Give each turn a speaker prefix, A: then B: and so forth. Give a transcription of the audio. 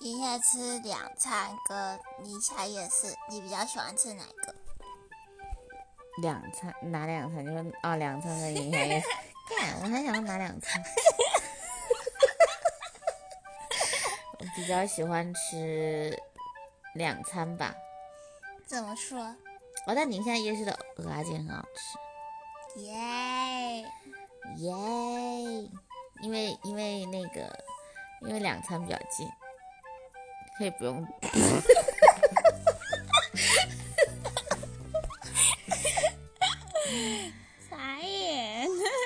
A: 一天吃两餐跟你下夜市，你比较喜欢吃哪一个？
B: 两餐哪两餐？你说哦，两餐跟银霞夜市。干，我很想要拿两餐。我比较喜欢吃两餐吧。
A: 怎么说？
B: 哦，但宁夏夜市的鹅啊煎很好吃。
A: 耶、
B: 耶！因为因为那个，因为两餐比较近，可以不用。